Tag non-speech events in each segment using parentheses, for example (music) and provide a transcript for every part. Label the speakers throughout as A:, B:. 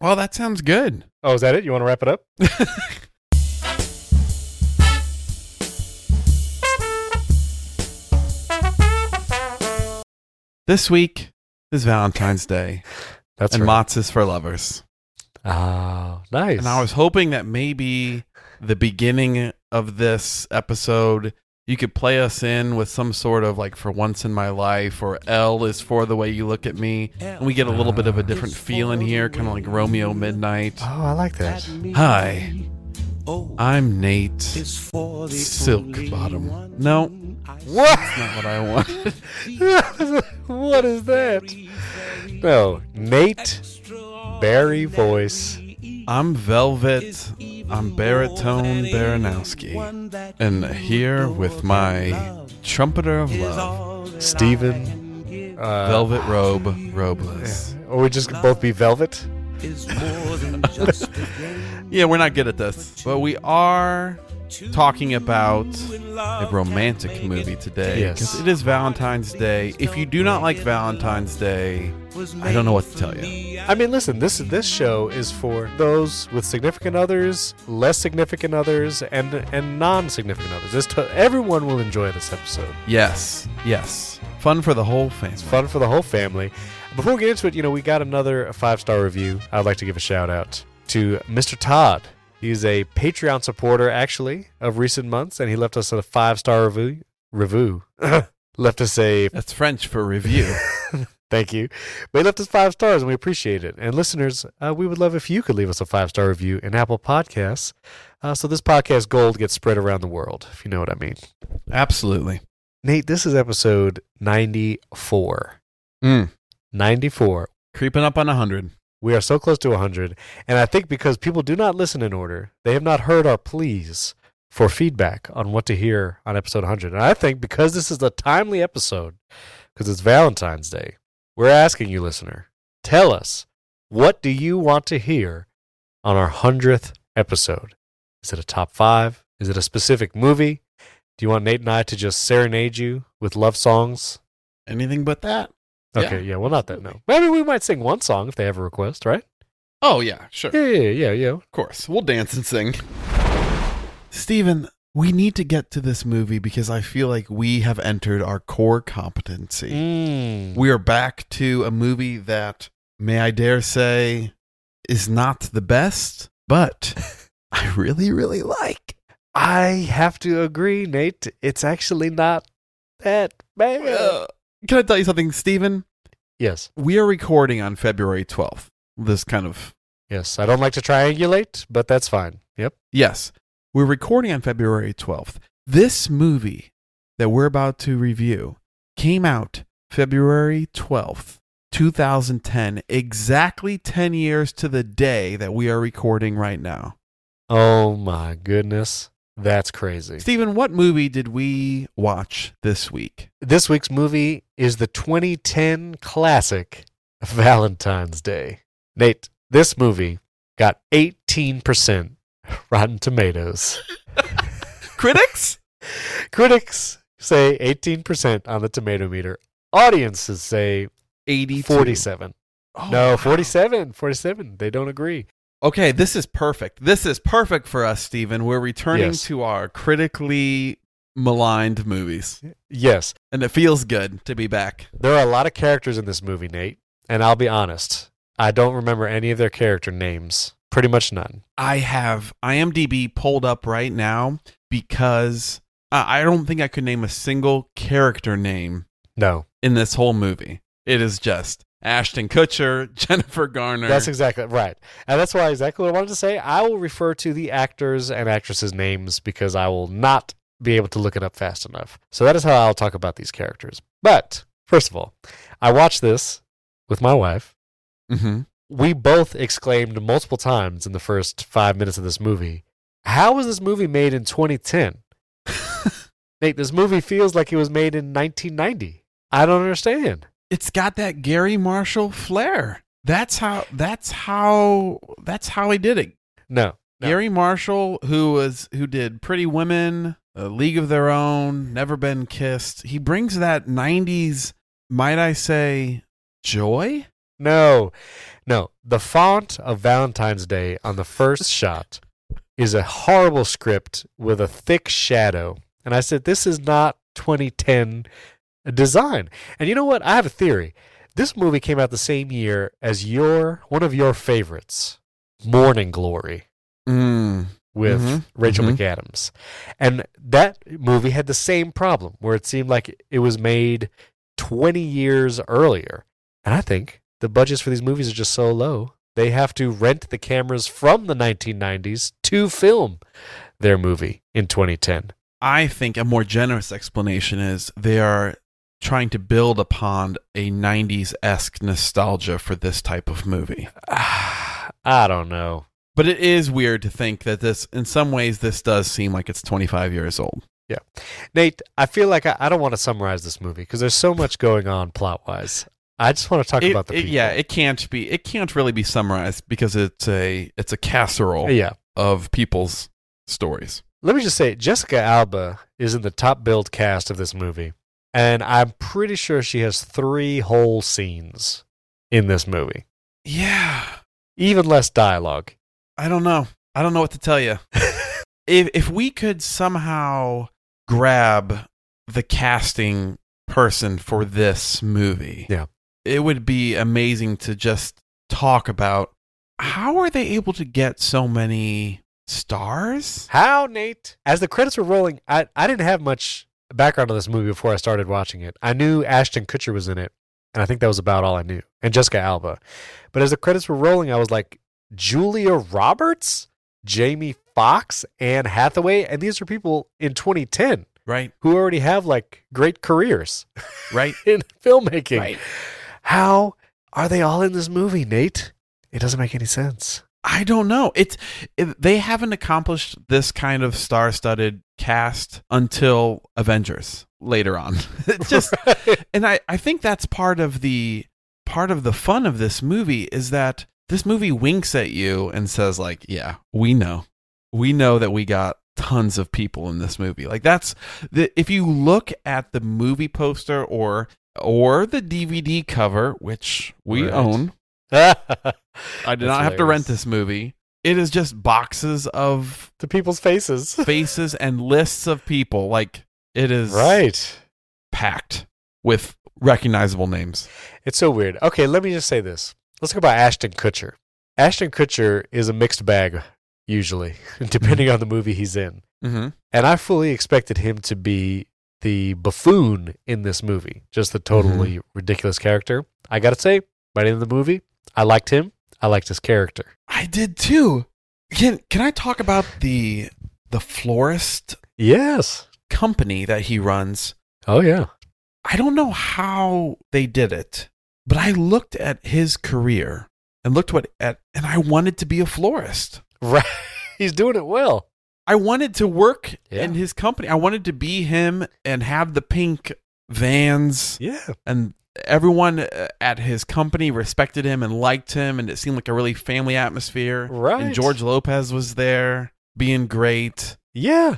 A: Well, that sounds good.
B: Oh, is that it? You want to wrap it up?
A: This week is
C: (laughs)
A: Valentine's Day
B: That's
A: and
B: right.
A: Mott's is for lovers.
B: Ah, nice.
A: And I was hoping that maybe the beginning of this episode, you could play us in with some sort of like for once in my life or L is for the way you look at me. And we get a little bit of a different feel in here, kind of like Romeo Midnight.
B: oh, I like that.
A: Hi,
C: Oh,
A: I'm Nate
C: it's for the
A: Silk
C: only
A: Bottom.
C: one
A: No,
C: I
B: What? (laughs)
A: not what I (laughs) wanted.
B: what is that? No, Nate Barry voice.
A: I'm Velvet. I'm Baritone Baranowski.
C: one that
A: And here with my trumpeter of love,
B: Steven. Uh,
A: Velvet Robe Robles.
B: Or we just both be Velvet?
C: is more than just a game
A: Yeah, we're not good at this, but we are talking about a romantic movie today.
B: Yes.
A: Because it is Valentine's Day. If you do not like Valentine's Day, I don't know what to tell you.
B: I mean, listen, this this show is for those with significant others, less significant others, and and non-significant others. This to, everyone will enjoy this episode.
A: Yes, yes. Fun for the whole family.
B: It's fun for the whole family. Before we get into it, you know, we got another five-star review. I'd like to give a shout out to Mr. Todd. He's a Patreon supporter actually of recent months and he left us a five-star review review. (laughs) left us a
A: That's French for review.
B: Thank you. But he left us five stars, and we appreciate it. And listeners, uh, we would love if you could leave us a five star review in Apple Podcasts, uh, so this podcast gold gets spread around the world. If you know what I mean.
A: (laughs) Absolutely.
B: Nate, this is episode ninety four.
A: Mm.
B: Ninety four.
A: Creeping up on 100.
B: We are so close to hundred, and I think because people do not listen in order, they have not heard our pleas for feedback on what to hear on episode hundred. And I think because this is a timely episode, because it's Valentine's Day, we're asking you, listener, tell us what do you want to hear on our 100th episode? Is it a top five? Is it a specific movie? Do you want Nate and I to just serenade you with love songs?
A: Anything but that?
B: Okay, yeah, well, not that, no. Maybe we might sing one song if they have a request, right?
A: Oh, yeah, sure.
B: Yeah, yeah, yeah, yeah.
A: Of course. We'll dance and sing. Steven, we need to get to this movie because I feel like we have entered our core competency.
B: Mm.
A: We are back to a movie that, may I dare say, is not the best, but (laughs) I really, really like.
B: I have to agree, Nate. It's actually not that bad.
A: Uh, can I tell you something, Steven?
B: yes,
A: We are recording on February 12th. This kind of,
B: yes. I don't like to triangulate, but that's fine. Yep.
A: yes, we're recording on February 12th. This movie that we're about to review came out February 12th, 2010, exactly 10 years to the day that we are recording right now.
B: Oh my goodness. That's crazy.
A: Steven, what movie did we watch this week?
B: This week's movie is the 2010 classic (laughs) Valentine's Day. Nate, this movie got 18% (laughs) Rotten (laughs) Tomatoes.
A: Critics?
B: Critics say 18% on the tomato meter. Audiences say
A: 80
B: 47.
A: Oh,
B: no, 47. 47. They don't agree.
A: Okay, this is perfect. This is perfect for us, Steven. We're returning
B: Yes.
A: to our critically maligned movies.
B: Yes,
A: And it feels good to be back.
B: there are a lot of characters in this movie, Nate, and I'll be honest, I don't remember any of their character names. Pretty much none.
A: I have IMDb pulled up right now because uh, I don't think I could name a single character name
B: No.
A: in this whole movie. It is just Ashton Kutcher, (laughs) Jennifer Garner.
B: That's exactly right. And that's why exactly what I wanted to say. I will refer to the actors and actresses' names because I will not be able to look it up fast enough. So that is how I'll talk about these characters. But first of all, I watched this with my wife.
A: hmm
B: We both exclaimed multiple times in the first five minutes of this movie, How was this movie made in 2010? Nate, this movie feels like it was made in 1990. I don't understand.
A: it's got that Gary Marshall flair. That's how that's how that's how he did it.
B: No. no.
A: Gary Marshall who was who did Pretty Women, A League of Their Own, Never Been Kissed. He brings that 90s might I say joy
B: No, no. The font of Valentine's Day on the first shot is a horrible script with a thick shadow. And I said, this is not 2010 design. And you know what? I have a theory. This movie came out the same year as your one of your favorites, Morning Glory,
A: Mm.
B: with
A: Mhm,
B: Rachel
A: mhm.
B: McAdams. And that movie had the same problem where it seemed like it was made 20 years earlier. And I think the budgets for these movies are just so low. They have to rent the cameras from the 1990s to film their movie in 2010.
A: I think a more generous explanation is they are trying to build upon a 90s esque nostalgia for this type of movie.
B: Ah, (sighs) I don't know.
A: But it is weird to think that this, in some ways, this does seem like it's 25 years old.
B: Nate, I feel like I, I don't want to summarize this movie because there's so much going on plot wise. I just want to talk
A: It-
B: about the
A: it-
B: people.
A: yeah, it can't be. It can't really be summarized because it's a it's a casserole
B: yeah.
A: of people's stories.
B: Let me just say, Jessica Alba is in the top billed cast of this movie, and I'm pretty sure she has three whole scenes in this movie,
A: Yeah,
B: even less dialogue.
A: I don't know. I don't know what to tell you. if if we could somehow grab the casting person for this movie,
B: Yeah.
A: it would be amazing to just talk about how are they able to get so many stars?
B: How, Nate? As the credits were rolling, I, I didn't have much background on this movie before I started watching it. I knew Ashton Kutcher was in it, and I think that was about all I knew, and Jessica Alba. But as the credits were rolling, I was like, Julia Roberts, Jamie Foxx, Anne Hathaway, and these are people in 2010
A: Right,
B: who already have like great careers (laughs)
A: right,
B: in filmmaking.
A: right.
B: How are they all in this movie, Nate? It doesn't make any sense.
A: I don't know. It's it, they haven't accomplished this kind of star-studded cast until Avengers later on. (laughs) It just and I, I think that's part of the part of the fun of this movie is that this movie winks at you and says like yeah we know we know that we got tons of people in this movie like that's the if you look at the movie poster or or the dvd cover which we
B: Right.
A: own i did
B: That's
A: not have to
B: hilarious.
A: rent this movie it is just boxes
B: (laughs)
A: of
B: to people's faces.
A: faces and lists of people like it is
B: right.
A: packed with recognizable names
B: It's so weird. Okay, let me just say this. Let's talk about Ashton Kutcher. Ashton Kutcher is a mixed bag, usually, (laughs) depending on the movie he's in.
A: mm-hmm.
B: And I fully expected him to be the buffoon in this movie, just the totally ridiculous character. I gotta say, by the end of the movie, I liked him. I liked his character.
A: I did too. Can can I talk about the the florist
B: Yes.
A: company that he runs?
B: Oh yeah.
A: I don't know how they did it, but I looked at his career and looked what at and I wanted to be a florist.
B: Right. (laughs) He's doing it well.
A: I wanted to work
B: Yeah.
A: in his company. I wanted to be him and have the pink
B: (laughs)
A: vans
B: Yeah.
A: and everyone uh, at his company respected him and liked him and it seemed like a really family atmosphere.
B: Right.
A: And George Lopez was there being great.
B: Yeah.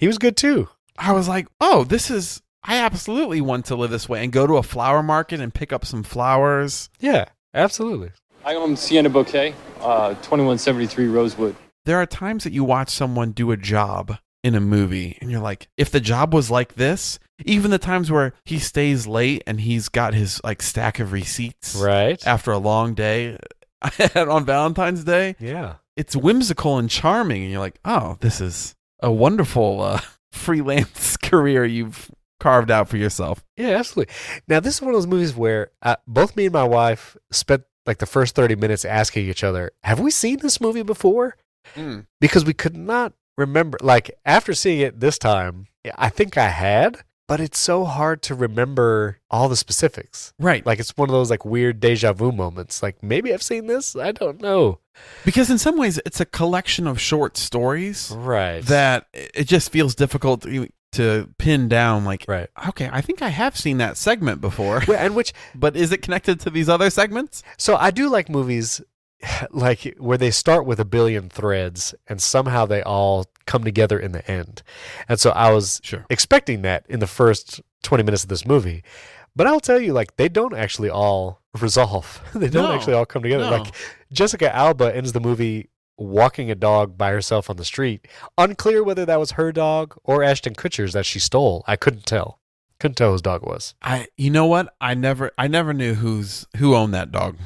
B: He was good too.
A: I was like, oh, this is, I absolutely want to live this way and go to a flower market and pick up some flowers.
B: Yeah. Absolutely.
D: Hi, I'm Sienna Bouquet, uh, 2173 Rosewood.
A: There are times that you watch someone do a job in a movie and you're like, if the job was like this, even the times where he stays late and he's got his like stack of receipts
B: Right.
A: after a long day (laughs) and on Valentine's Day,
B: Yeah.
A: it's whimsical and charming. And you're like, oh, this is a wonderful uh, (laughs) freelance (laughs) career you've carved out for yourself.
B: Yeah, absolutely. Now, this is one of those movies where uh, both me and my wife spent like the first 30 minutes asking each other, have we seen this movie before? Because we could not remember. Like, after seeing it this time, I think I had, but it's so hard to remember all the specifics.
A: Right.
B: Like, it's one of those like weird deja vu moments. Like, maybe I've seen this. I don't know.
A: because in some ways it's a collection of short stories
B: Right.
A: that it just feels difficult to, to pin down like
B: Right.
A: okay i think i have seen that segment before (laughs)
B: Well, And which,
A: but is it connected to these other segments
B: So I do like movies (laughs) like where they start with a billion threads and somehow they all come together in the end. And so I was
A: sure
B: expecting that in the first 20 minutes of this movie, But I'll tell you, like they don't actually all (laughs) resolve. they don't
A: No.
B: actually all come together.
A: No.
B: Like Jessica Alba ends the movie walking a dog by herself on the street. Unclear whether that was her dog or Ashton Kutcher's that she stole. I couldn't tell. Couldn't tell whose dog it was.
A: I you know what? I never I never knew who's who owned that dog.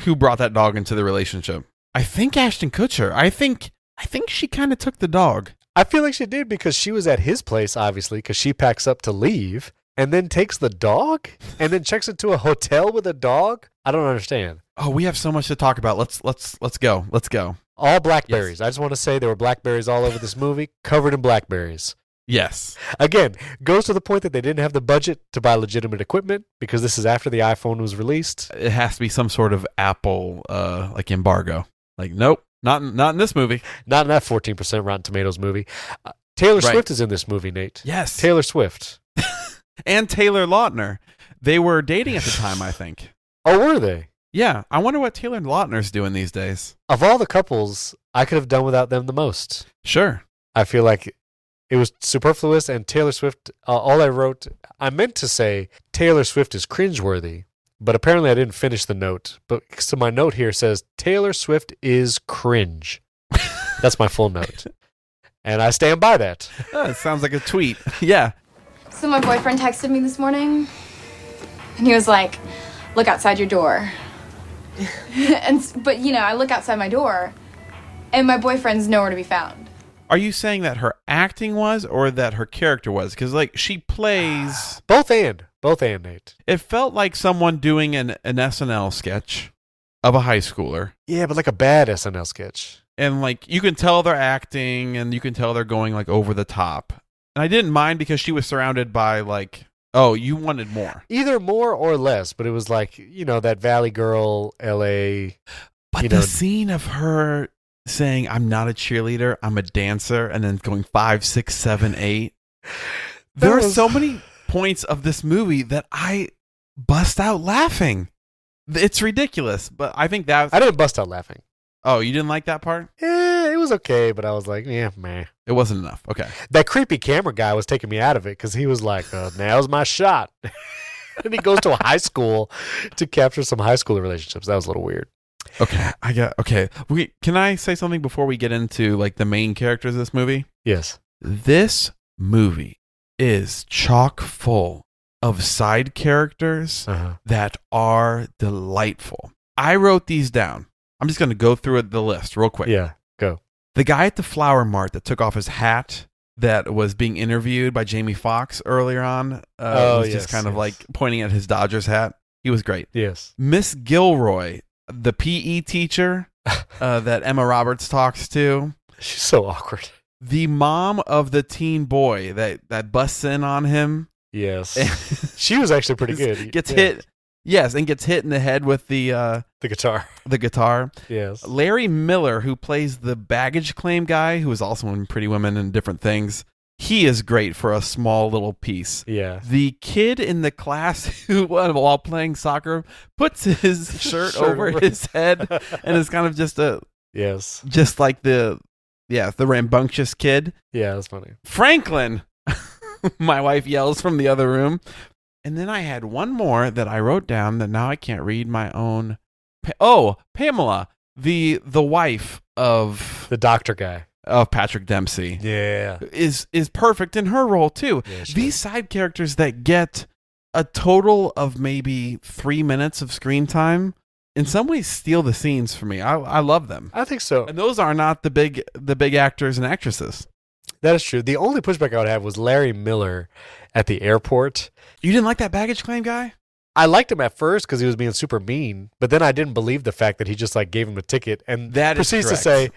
A: Who brought that dog into the relationship? I think Ashton Kutcher. I think I think she kind of took the dog.
B: I feel like she did because she was at his place, obviously, because she packs up to leave and then takes the dog and then checks into a hotel with a dog. I don't understand.
A: Oh, we have so much to talk about. Let's let's let's go. Let's go.
B: All blackberries. I just want to say there were blackberries all over this movie, covered in blackberries.
A: Yes.
B: Again, goes to the point that they didn't have the budget to buy legitimate equipment because this is after the iPhone was released.
A: It has to be some sort of Apple uh like embargo. Like nope, not in- not in this movie.
B: Not in that 14% Rotten Tomatoes movie. Uh, Taylor
A: Right.
B: Swift is in this movie, Nate.
A: Yes.
B: Taylor Swift.
A: and Taylor Lautner. They were dating at the time, I think.
B: Oh, were they?
A: (sighs) Yeah, I wonder what Taylor Lautner's doing these days.
B: Of all the couples, I could have done without them the most.
A: Sure.
B: I feel like it was superfluous. And Taylor Swift, uh, all I wrote, I meant to say Taylor Swift is cringeworthy, but apparently I didn't finish the note. But so my note here says Taylor Swift is (laughs) cringe. That's my full note, and I stand by that.
A: Uh, it sounds like a tweet. (laughs) Yeah.
E: So my boyfriend texted me this morning, and he was like, "Look outside your door." (laughs) and s- but you know, I look outside my door, and my boyfriend's nowhere to be found.
A: Are you saying that her acting was or that her character was? Because, like, she plays.
B: Both and both and Nate.
A: It felt like someone doing an, an SNL sketch of a high schooler.
B: Yeah, but like a bad SNL sketch.
A: And, like, you can tell they're acting and you can tell they're going, like, over the top. And I didn't mind because she was surrounded by, like, oh, you wanted more.
B: Either more or less, but it was like you know that Valley Girl, L.A.
A: But
B: You
A: the
B: know-
A: scene of her saying, I'm not a cheerleader, I'm a dancer, and then going five, six, seven, (laughs) eight.
B: That
A: There are
B: was-
A: so many points of this movie that I bust out laughing. It's ridiculous, but I think that.
B: I didn't bust out laughing.
A: oh, you didn't like that part?
B: Eh, it was okay, but I was like, yeah, man.
A: It wasn't enough. Okay.
B: that creepy camera guy was taking me out of it because he was like, uh, "Now's my shot," (laughs) and he goes to a high school to capture some high school relationships. That was a little weird.
A: Okay. I got. Okay. We, can I say something before we get into like the main characters of this movie?
B: Yes,
A: This movie is chock full of side characters
B: uh-huh.
A: that are delightful. I wrote these down. I'm just going to go through the list real quick.
B: yeah, go.
A: The guy at the flower mart that took off his hat that was being interviewed by Jamie Foxx earlier on uh,
B: Oh,
A: was
B: yes,
A: just kind of
B: yes.
A: like pointing at his Dodgers hat. He was great.
B: Yes,
A: Miss Gilroy, the PE (laughs) teacher uh, that Emma Roberts talks to,
B: she's so awkward.
A: the mom of the teen boy that, that busts in on (laughs) him.
B: Yes, (laughs) she was actually pretty (laughs) good.
A: Gets
B: Yeah,
A: hit. Yes, and gets hit in the head with the uh,
B: the guitar.
A: the guitar.
B: (laughs) Yes,
A: Larry Miller, who plays the baggage claim guy, who is also in Pretty Women and different things, he is great for a small little piece.
B: (laughs) yeah.
A: The kid in the class (laughs) who, while playing soccer, puts (laughs) his shirt
B: Shirt
A: over
B: over.
A: his head and is kind of just a
B: (laughs) yes,
A: just like the yeah the rambunctious kid.
B: yeah, that's funny.
A: Franklin, (laughs) my wife yells from the other room. And then I had one more that I wrote down that now I can't read my own. Pa- oh, Pamela, the the wife of
B: The doctor guy.
A: of Patrick Dempsey,
B: Yeah,
A: is is perfect in her role too.
B: Yeah, she
A: These side characters that get a total of maybe three minutes of screen time, in some ways, steal the scenes for me. I I love them,
B: I think so.
A: and those are not the big the big actors and actresses.
B: That is true. The only pushback I would have was Larry Miller at the airport.
A: You didn't like that baggage claim guy?
B: I liked him at first because he was being super mean, but then I didn't believe the fact that he just like gave him a ticket and
A: That is
B: proceeds to
A: correct.
B: say,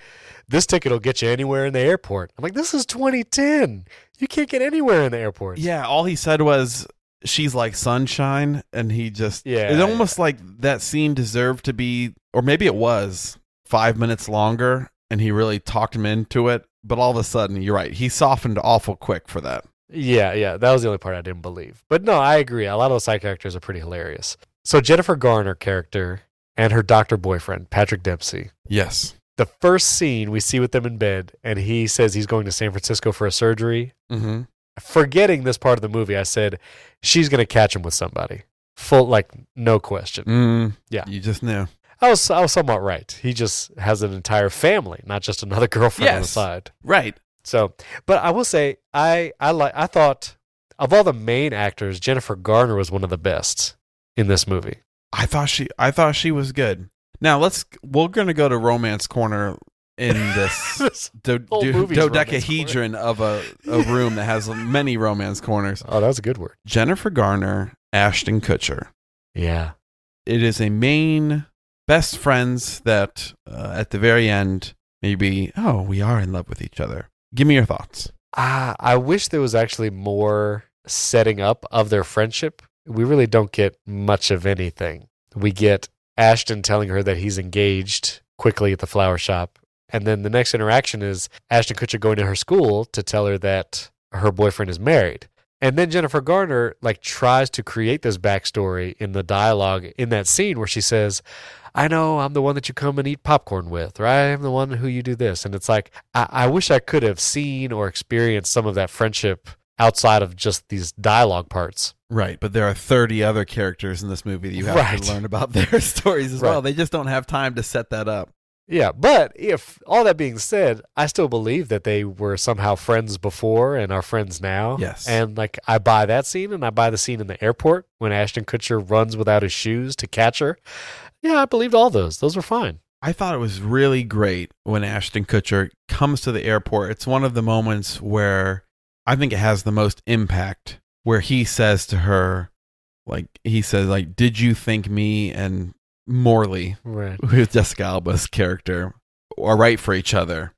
B: "This ticket will get you anywhere in the airport." I'm like, "This is 2010. You can't get anywhere in the airport."
A: Yeah, all he said was she's like sunshine and he just
B: Yeah,
A: It's almost like that scene deserved to be or maybe it was 5 minutes longer and he really talked him into it, but all of a sudden you're right. He softened awful quick for that.
B: yeah, yeah. That was the only part I didn't believe. But no, I agree. A lot of the side characters are pretty hilarious. So Jennifer Garner character and her doctor boyfriend Patrick Dempsey.
A: Yes.
B: The first scene we see with them in bed, and he says he's going to San Francisco for a surgery.
A: Mhm.
B: Forgetting this part of the movie, I said she's going to catch him with somebody. full like no question.
A: Mm,
B: Yeah.
A: You just knew.
B: I was I was somewhat right. He just has an entire family, not just another (laughs) girlfriend on the
A: Yes.
B: side.
A: Right.
B: So, but I will say I I like I thought of all the main actors, Jennifer Garner was one of the best in this
A: (laughs)
B: movie. (laughs)
A: I thought she I thought she was good. Now let's we're gonna go to romance corner in
B: (laughs)
A: this
B: Oh,
A: do,
B: whole
A: do-
B: movie's
A: dodecahedron of a, a room that has many romance corners.
B: oh, that was a good word.
A: Jennifer Garner, Ashton Kutcher.
B: Yeah.
A: It is a main best friends that uh, at the very end maybe oh we are in love with each other. Give me your thoughts.
B: Ah, I wish there was actually more setting up of their friendship. We really don't get much of anything. We get Ashton telling her that he's engaged quickly at the flower shop. And then the next interaction is Ashton Kutcher going to her school to tell her that her boyfriend is married. And then Jennifer Garner like tries to create this backstory in the dialogue in that scene where she says, I know I'm the one that you come and eat popcorn with, or I'm the one who you do this. And it's like, I, I wish I could have seen or experienced some of that friendship outside of just these dialogue parts.
A: Right, but there are 30 other characters in this movie that you have
B: Right.
A: to learn about their (laughs) stories as well.
B: Right.
A: They just don't have time to set that up.
B: Yeah, but if all that being said, I still believe that they were somehow friends before and are friends now.
A: Yes.
B: And like I buy that scene and I buy the scene in the airport when Ashton Kutcher runs without his shoes to catch her. Yeah, I believed all those. Those were fine.
A: I thought it was really great when Ashton Kutcher comes to the airport. It's one of the moments where I think it has the most impact where he says to her like he says like did you think me and Morley (laughs)
B: Right.
A: who is Jessica Alba's character are right for each other?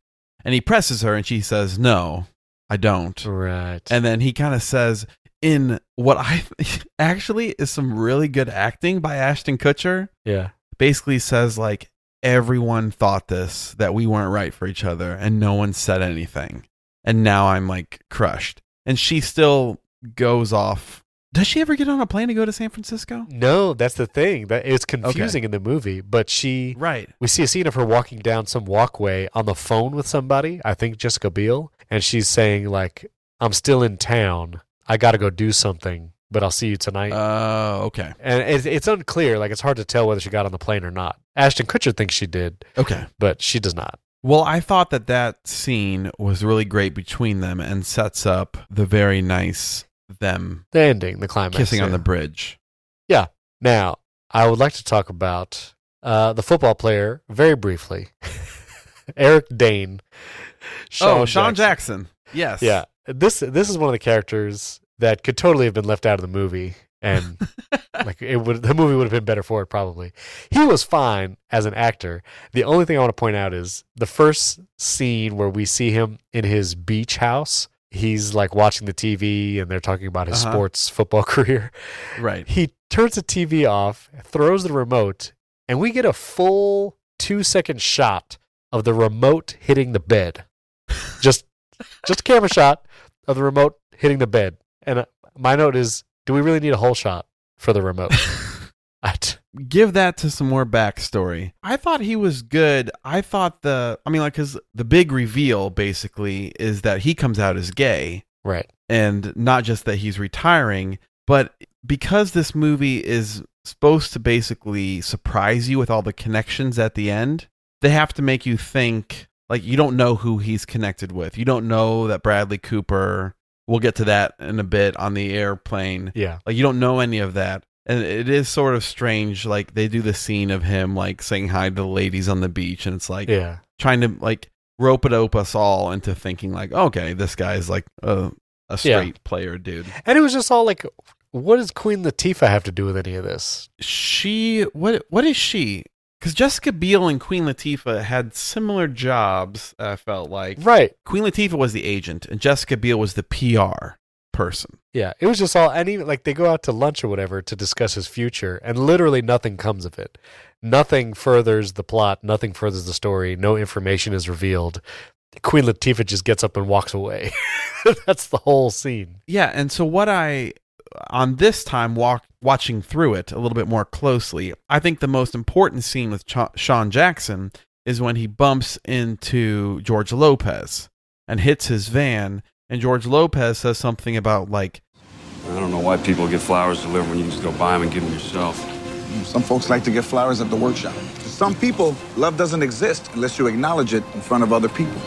A: And he presses her and she says no, I don't.
B: Right.
A: And then he kind of says in what I (laughs) actually is some really good acting by Ashton Kutcher
B: yeah.
A: basically says like everyone thought this that we weren't right for each other and no one said anything and now i'm like crushed and she still goes off does she ever get on a plane to go to san francisco
B: No, that's the thing. That it's confusing in the movie, but she
A: right
B: we see a scene of her walking down some walkway on the phone with somebody, I think Jessica Biel, and she's saying like, "I'm still in town. I got to go do something, but I'll see you tonight."
A: oh okay
B: and it's, it's unclear, like it's hard to tell whether she got on the plane or not. Ashton Kutcher thinks she did,
A: okay
B: but she does not.
A: well i thought that that scene was really great between them and sets up the very nice them
B: The ending, the climax,
A: kissing on
B: yeah.
A: the bridge
B: Now, I would like to talk about uh, the football player very briefly, (laughs) Eric Dane.
A: oh sean jackson, yes
B: Yeah, this this is one of the characters that could totally have been left out of the movie, and
A: (laughs)
B: like it would the movie would have been better for it probably. He was fine as an actor. The only thing I want to point out is the first scene where we see him in his beach house. He's like watching the TV, and they're talking about his
A: Uh-huh.
B: sports football (laughs) career.
A: right
B: He turns the TV off, throws the remote, and we get a full two second shot of the remote hitting the
A: (laughs)
B: bed. Just, just a camera shot of the remote hitting the bed. And uh, my note is, do we really need a whole shot for
A: (laughs)
B: the remote? I t-
A: give that to some more backstory. I thought he was good. I thought the, I mean, like, because the big reveal basically is that he comes out as gay
B: right.
A: and not just that he's retiring, but because this movie is supposed to basically surprise you with all the connections at the end, they have to make you think like you don't know who he's connected with. You don't know that Bradley Cooper, we'll get to that in a bit on the airplane.
B: Yeah.
A: Like you don't know any of that. And it is sort of strange. Like they do the scene of him like saying hi to the ladies on the beach, and it's like
B: Yeah.
A: trying to like rope it up us all into thinking like, okay, this guy's like a a straight player dude.
B: And it was just all like, what does Queen Latifah have to do with any of this?
A: She what what is she? Because Jessica Biel and Queen Latifah had similar jobs. I felt like
B: Right.
A: Queen Latifah was the agent, and Jessica Biel was the PR person.
B: Yeah, it was just all, and even like they go out to lunch or whatever to discuss his future, and literally nothing comes of it. Nothing furthers the plot, nothing furthers the story, no information is revealed. Queen Latifah just gets up and walks away. (laughs) That's the whole scene.
A: Yeah, and so what I on this time walk watching through it a little bit more closely, I think the most important scene with Cha Sean Jackson is when he bumps into George Lopez and hits his van, and George Lopez says something about like
F: I don't know why people get flowers delivered when you can just go buy them and get them yourself.
G: Some folks like to get flowers at the workshop. To some people, love doesn't exist unless you acknowledge it in front of other people.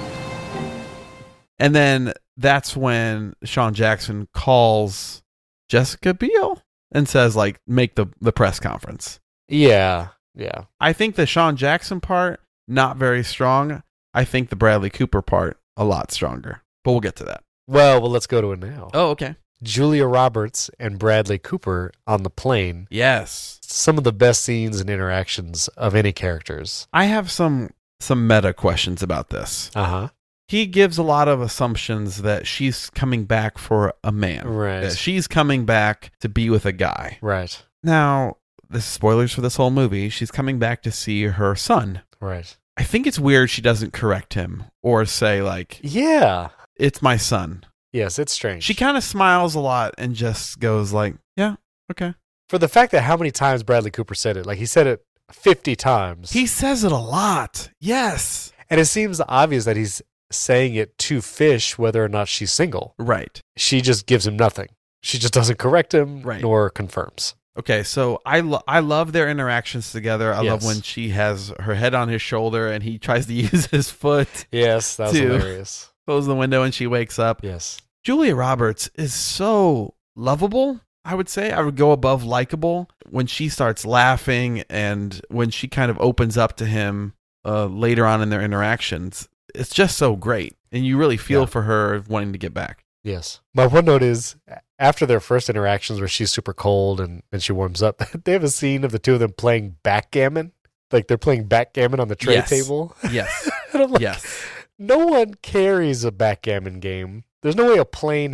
A: And then that's when Sean Jackson calls Jessica Biel and says, like, make the, the press conference.
B: Yeah. Yeah.
A: I think the Sean Jackson part, not very strong. I think the Bradley Cooper part, a lot stronger. But we'll get to that.
B: Well, well, let's go to it now.
A: Oh, okay.
B: Julia Roberts and Bradley Cooper on the plane.
A: Yes.
B: Some of the best scenes and interactions of any characters.
A: I have some some meta questions about this.
B: Uh huh.
A: He gives a lot of assumptions that she's coming back for a man.
B: Right.
A: That she's coming back to be with a guy.
B: Right.
A: Now, this is spoilers for this whole movie. She's coming back to see her son.
B: Right.
A: I think it's weird she doesn't correct him or say like,
B: Yeah.
A: "It's my son."
B: Yes, it's strange.
A: She kind of smiles a lot and just goes like, "Yeah, okay."
B: for the fact that how many times Bradley Cooper said it, like he said it 50 times.
A: He says it a lot. Yes.
B: and it seems obvious that he's saying it to Fish whether or not she's single.
A: Right.
B: She just gives him nothing. She just doesn't correct him
A: Right.
B: nor confirms.
A: Okay, so I lo- I love their interactions together. I love
B: Yes.
A: when she has her head on his shoulder and he tries to (laughs) use his foot,
B: Yes, that was
A: Two.
B: hilarious.
A: closes the window, and she wakes up.
B: Yes.
A: Julia Roberts is so lovable. I would say I would go above likable when she starts laughing and when she kind of opens up to him uh, later on in their interactions. It's just so great, and you really feel
B: Yeah.
A: for her wanting to get back.
B: Yes. My one note is after their first interactions where she's super cold and, and she warms up, (laughs) they have a scene of the two of them playing backgammon. Like they're playing backgammon on the tray
A: Yes.
B: table.
A: (laughs)
B: (laughs)
A: Yes,
B: And I'm like,
A: yes,
B: no one carries a backgammon game. There's no way a plane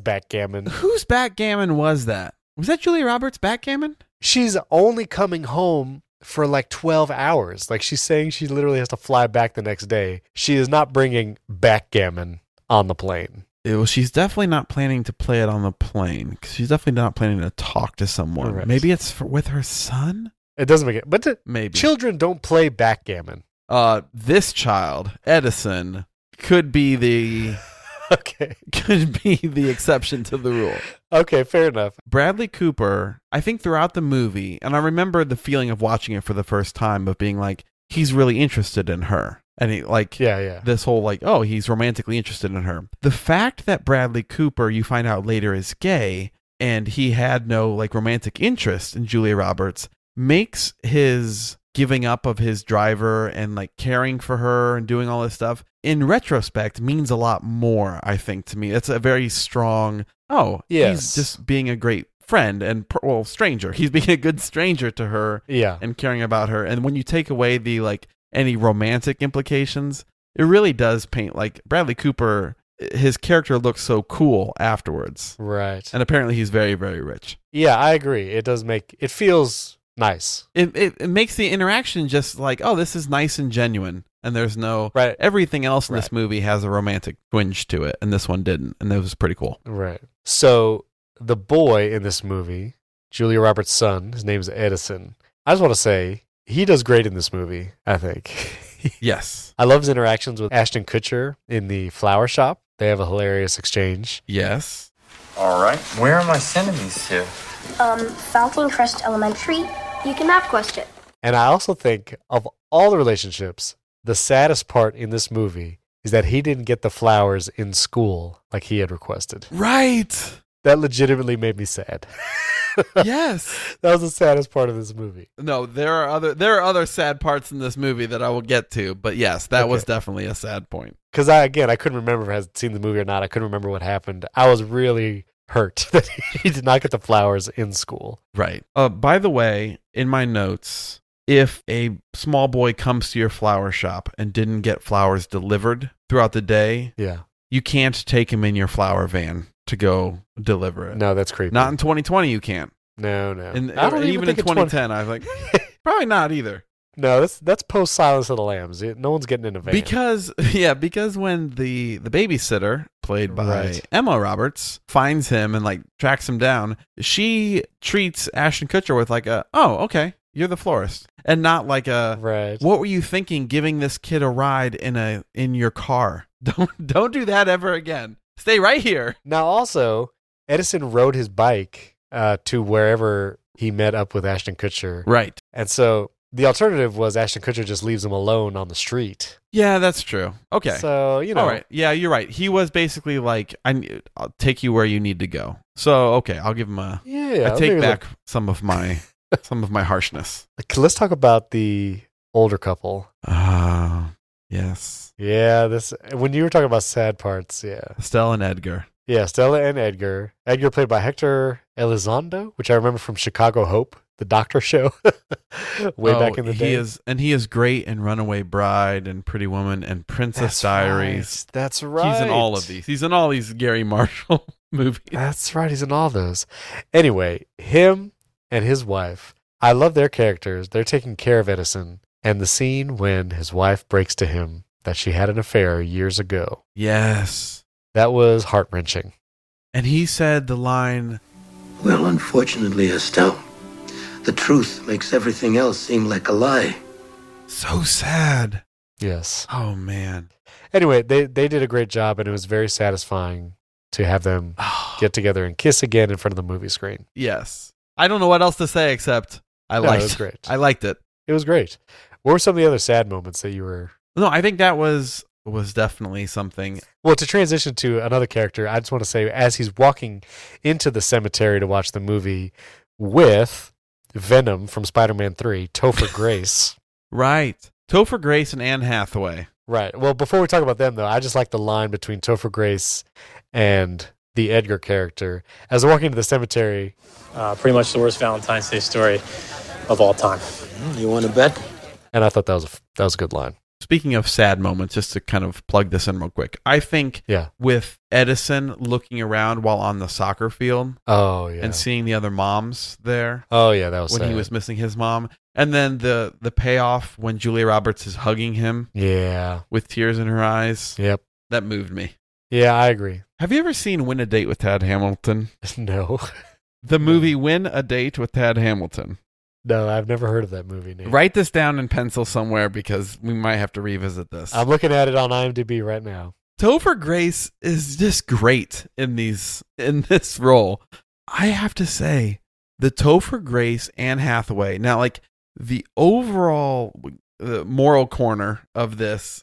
A: (laughs)
B: backgammon.
A: whose backgammon was that? Was that Julia Roberts' backgammon?
B: She's only coming home for like 12 hours. Like she's saying she literally has to fly back the next day. She is not bringing backgammon on the plane.
A: Yeah, well, she's definitely not planning to play it on the plane 'cause she's definitely not planning to talk to someone.
B: Correct.
A: Maybe it's for, with her son.
B: It doesn't make it. But the
A: Maybe.
B: children don't play backgammon. (laughs)
A: uh, this child, Edison, could be the
B: Okay.
A: (laughs) could be the exception to the rule.
B: Okay, fair enough.
A: Bradley Cooper, I think throughout the movie, and I remember the feeling of watching it for the first time of being like, he's really interested in her, and he like
B: Yeah, yeah.
A: this whole like oh he's romantically interested in her the fact that bradley cooper you find out later is gay and he had no like romantic interest in julia roberts makes his giving up of his driver and like caring for her and doing all this stuff in retrospect means a lot more i think to me it's a very strong oh he's
B: Yes.
A: just being a great friend and per- well stranger he's being a good stranger to her
B: yeah.
A: and caring about her. And when you take away the like any romantic implications, it really does paint like Bradley Cooper. eh, His character looks so cool afterwards,
B: Right.
A: and apparently he's very very rich.
B: Yeah, I agree. It does make it feels nice.
A: It, it it makes the interaction just like oh this is nice and genuine, and there's no
B: Right.
A: everything else in this
B: Right.
A: movie has a romantic twinge to it, and this one didn't, and that was pretty cool.
B: Right. So the boy in this movie, Julia Roberts' son, his name's Edison. I just want to say he does great in this movie. I think. (laughs)
A: Yes,
B: I love his interactions with Ashton Kutcher in the flower shop. They have a hilarious exchange.
A: yes.
H: All right. Where are my sending these to?
I: Um, Falcon Crest Elementary. You can map quest it.
B: And I also think of all the relationships, the saddest part in this movie is that he didn't get the flowers in school like he had requested.
A: (laughs) Right.
B: That legitimately made me sad. (laughs)
A: yes.
B: That was the saddest part of this movie.
A: No, there are other there are other sad parts in this movie that I will get to, but yes, that was definitely a sad point.
B: Because I again, I couldn't remember if I had seen the movie or not. I couldn't remember what happened. I was really hurt (laughs) that he did not get the flowers in school.
A: Right. Uh, by the way, in my notes, if a small boy comes to your flower shop and didn't get flowers delivered throughout the day,
B: Yeah.
A: you can't take him in your flower van to go deliver it.
B: No, that's creepy.
A: Not in 2020, you can't.
B: no, no.
A: And,
B: I don't
A: and even in
B: think it's one-
A: 2010, I was
B: (laughs)
A: like, probably not either.
B: no, that's that's post Silence of the Lambs. It- No one's getting in a van.
A: Because (laughs) yeah, because when the the babysitter played by
B: Right.
A: Emma Roberts finds him and like tracks him down, she treats Ashton Kutcher with like a oh okay you're the florist and not like a
B: right.
A: uh, what were you thinking giving this kid a ride in a (laughs) in your car don't don't do that ever again stay right here
B: Now, also, Edison rode his bike uh, to wherever he met up with Ashton Kutcher.
A: Right.
B: And so the alternative was Ashton Kutcher just leaves him alone on the street.
A: Yeah, that's true. Okay.
B: So, you know,
A: All right. Yeah, you're right. He was basically like, I, ne- I'll take you where you need to go. So, okay, I'll give him a.
B: yeah,
A: I
B: I
A: take
B: think
A: back some of
B: (laughs)
A: my some of my harshness.
B: like- let's talk about the older couple.
A: Ah, yes,
B: Yeah, this when you were talking about sad parts, yeah.
A: Estelle and Edgar.
B: Yeah, Stella and Edgar. Edgar played by Hector Elizondo, which I remember from Chicago Hope, the doctor show (laughs) way
A: Oh,
B: back in the day.
A: he is, and he is great in Runaway Bride and Pretty Woman and Princess
B: That's
A: Diaries.
B: right, That's right.
A: He's in all of these. He's in all these Gary (laughs) Marshall movies.
B: That's right. He's in all those. Anyway, him and his wife. I love their characters. They're taking care of Edison. And the scene when his wife breaks to him that she had an affair years ago.
A: Yes,
B: That was heart wrenching.
A: and he said the line,
J: Well, unfortunately, Estelle, the truth makes everything else seem like a lie.
A: "So sad."
B: Yes.
A: Oh man.
B: Anyway, they, they did a great job, and it was very satisfying to have them get together and kiss again in front of the movie screen.
A: (sighs) Yes. I don't know what else to say except I
B: No, it
A: liked
B: was great.
A: I liked it.
B: It was great. What were some of the other sad moments that you were?
A: No, I think that was was definitely something.
B: Well, to transition to another character, I just want to say as he's walking into the cemetery to watch the movie with Venom from Spider Man 3, Topher Grace.
A: Right. Topher Grace and Anne Hathaway.
B: Right. Well, before we talk about them, though, I just like the line between Topher Grace and the Edgar character. As they're walking into the cemetery,
K: Uh, pretty much the worst Valentine's Day story of all time.
J: You want to bet?
B: and I thought that was a, f- that was a good line.
A: Speaking of sad moments, just to kind of plug this in real quick, I think
B: Yeah.
A: with Edison looking around while on the soccer field
B: Oh, yeah.
A: and seeing the other moms there
B: oh, yeah. That was
A: when he
B: sad.
A: was missing his mom, and then the the payoff when Julia Roberts is hugging him
B: Yeah.
A: with tears in her eyes,
B: Yep.
A: that moved me.
B: Yeah, I agree. (laughs)
A: Have you ever seen Win a Date with Tad Hamilton?
B: no. (laughs)
A: The movie Win a Date with Tad Hamilton.
B: No, I've never heard of that movie. Nate.
A: Write this down in pencil somewhere because we might have to revisit this.
B: I'm looking at it on IMDb right now.
A: Topher Grace is just great in these in (laughs) this role. I have to say, the Topher Grace Anne Hathaway. Now, like the overall uh, moral corner of
B: (laughs)
A: this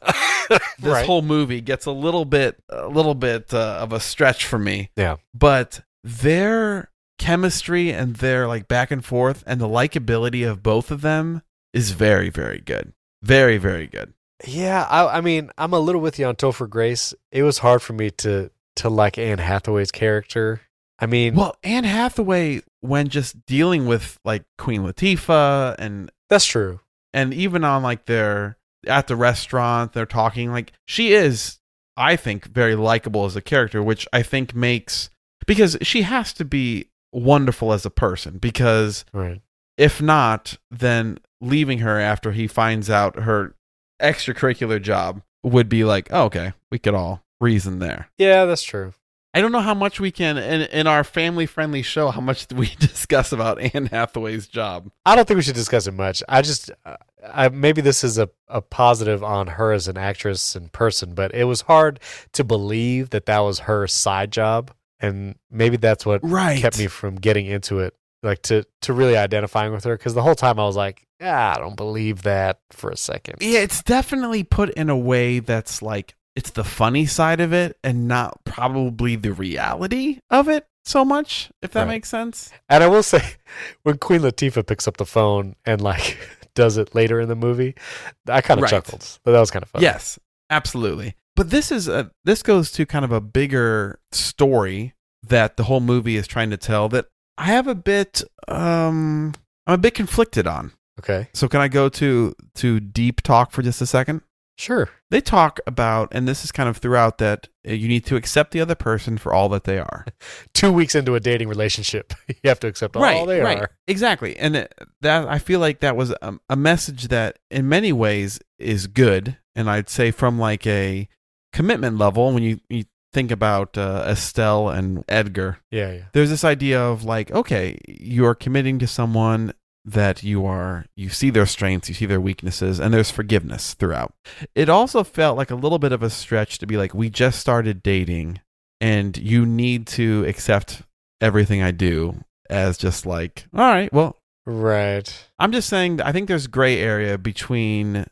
A: this
B: Right.
A: whole movie gets a little bit a little bit uh, of a stretch for me.
B: Yeah.
A: But their chemistry and their like back and forth and the likability of both of them is very very good. Very very good.
B: Yeah, I, I mean, I'm a little with you on Topher Grace. It was hard for me to to like Anne Hathaway's character. I mean,
A: Well, Anne Hathaway when just dealing with like Queen Latifah and
B: that's true.
A: and even on like their at the restaurant they're talking like she is I think very likable as a character which I think makes because she has to be wonderful as a person because
B: Right.
A: if not then leaving her after he finds out her extracurricular job would be like oh, okay we could all reason there
B: Yeah, that's true.
A: I don't know how much we can in, in our family friendly show how much we (laughs) discuss about Anne Hathaway's job.
B: I don't think we should discuss it much. I just, uh, I, maybe this is a, a positive on her as an actress and person, but it was hard to believe that that was her side job, and maybe that's what
A: Right.
B: kept me from getting into it, like to to really identifying with her. Because the whole time I was like, ah, I don't believe that for a second.
A: Yeah, it's definitely put in a way that's like it's the funny side of it and not probably the reality of it so much, if that
B: Right.
A: makes sense.
B: And I will (laughs) say, when Queen Latifah picks up the phone and like (laughs) does it later in the movie, I kind of
A: Right.
B: chuckled. But that was kind of fun.
A: Yes, absolutely. But this is a this goes to kind of a bigger story that the whole movie is trying to tell that I have a bit um I'm a bit conflicted on.
B: Okay.
A: So can I go to to deep talk for just a second?
B: Sure.
A: They talk about, and this is kind of throughout, that uh, you need to accept the other person for all that they are.
B: Two weeks into a dating relationship, (laughs) you have to accept (laughs) all they are.
A: exactly. And it- that I feel like that was a, a message that, in many ways, is good. And I'd say from like a commitment level, when you you think about uh, Estelle and Edgar,
B: Yeah. Yeah.
A: there's this idea of like, okay, you are committing to someone that you are you see their strengths, you see their weaknesses, and there's forgiveness throughout. It also felt like a little bit of a stretch to be like, we just started dating and you need to accept everything I do as just like, all right, well,
B: Right.
A: I'm just saying that I think there's gray area between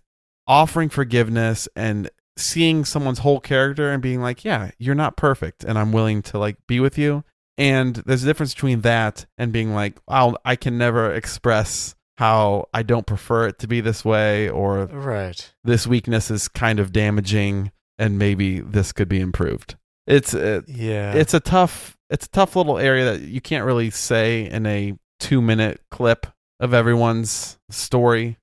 A: offering forgiveness and seeing someone's whole character and being like, yeah, you're not perfect and I'm willing to like be with you. And there's a difference between that and being like, I'll I can never express how I don't prefer it to be this way or
B: Right.
A: this weakness is kind of damaging and maybe this could be improved. It's uh,
B: Yeah.
A: it's a tough it's a tough little area that you can't really say in a two minute clip of everyone's story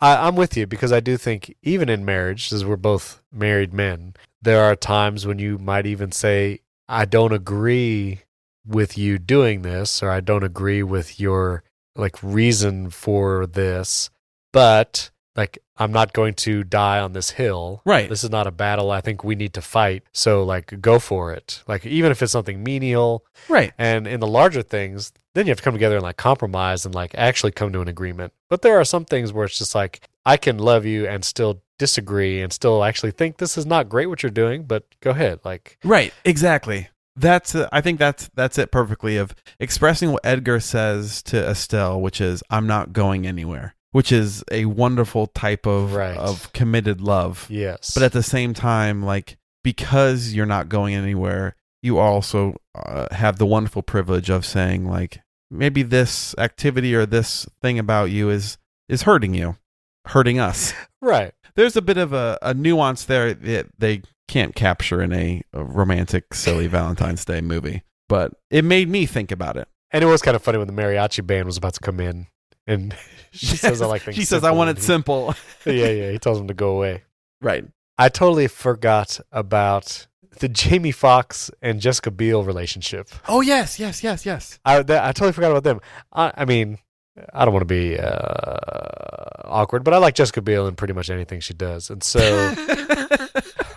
B: I, I'm with you because I do think even in marriage, as we're both married men, there are times when you might even say, "I don't agree with you doing this," or "I don't agree with your like reason for this," but like I'm not going to die on this hill.
A: Right.
B: This is not a battle. I think we need to fight. So like, go for it. Like even if it's something menial,
A: right
B: and in the larger things, then you have to come together and like compromise and like actually come to an agreement. But there are some things where it's just like, I can love you and still disagree and still actually think this is not great what you're doing, but go ahead. Like,
A: right exactly that's uh, i think that's that's it perfectly of expressing what edgar says to estelle which is i'm not going anywhere which is a wonderful type of
B: Right.
A: of committed love
B: yes.
A: but at the same time like because you're not going anywhere you also uh, have the wonderful privilege of saying like maybe this activity or this thing about you is is hurting you hurting
B: (laughs)
A: us
B: right.
A: there's a bit of a, a nuance there that they can't capture in a, a romantic
B: (laughs)
A: silly valentine's day movie but it made me think about it
B: And it was kind of funny when the mariachi band was about to come in and (laughs) she says,
A: (laughs)
B: I like things.
A: she says i want it
B: simple.
A: simple
B: and he- (laughs) yeah, yeah. He tells him to go away.
A: right
B: I totally forgot about the Jamie Foxx and Jessica Biel relationship.
A: (laughs) oh yes yes yes
B: (laughs)
A: yes
B: I that, I totally forgot about them. I, I mean, I don't want to be uh, awkward, but I like Jessica Biel in pretty much anything she does, and so
A: (laughs)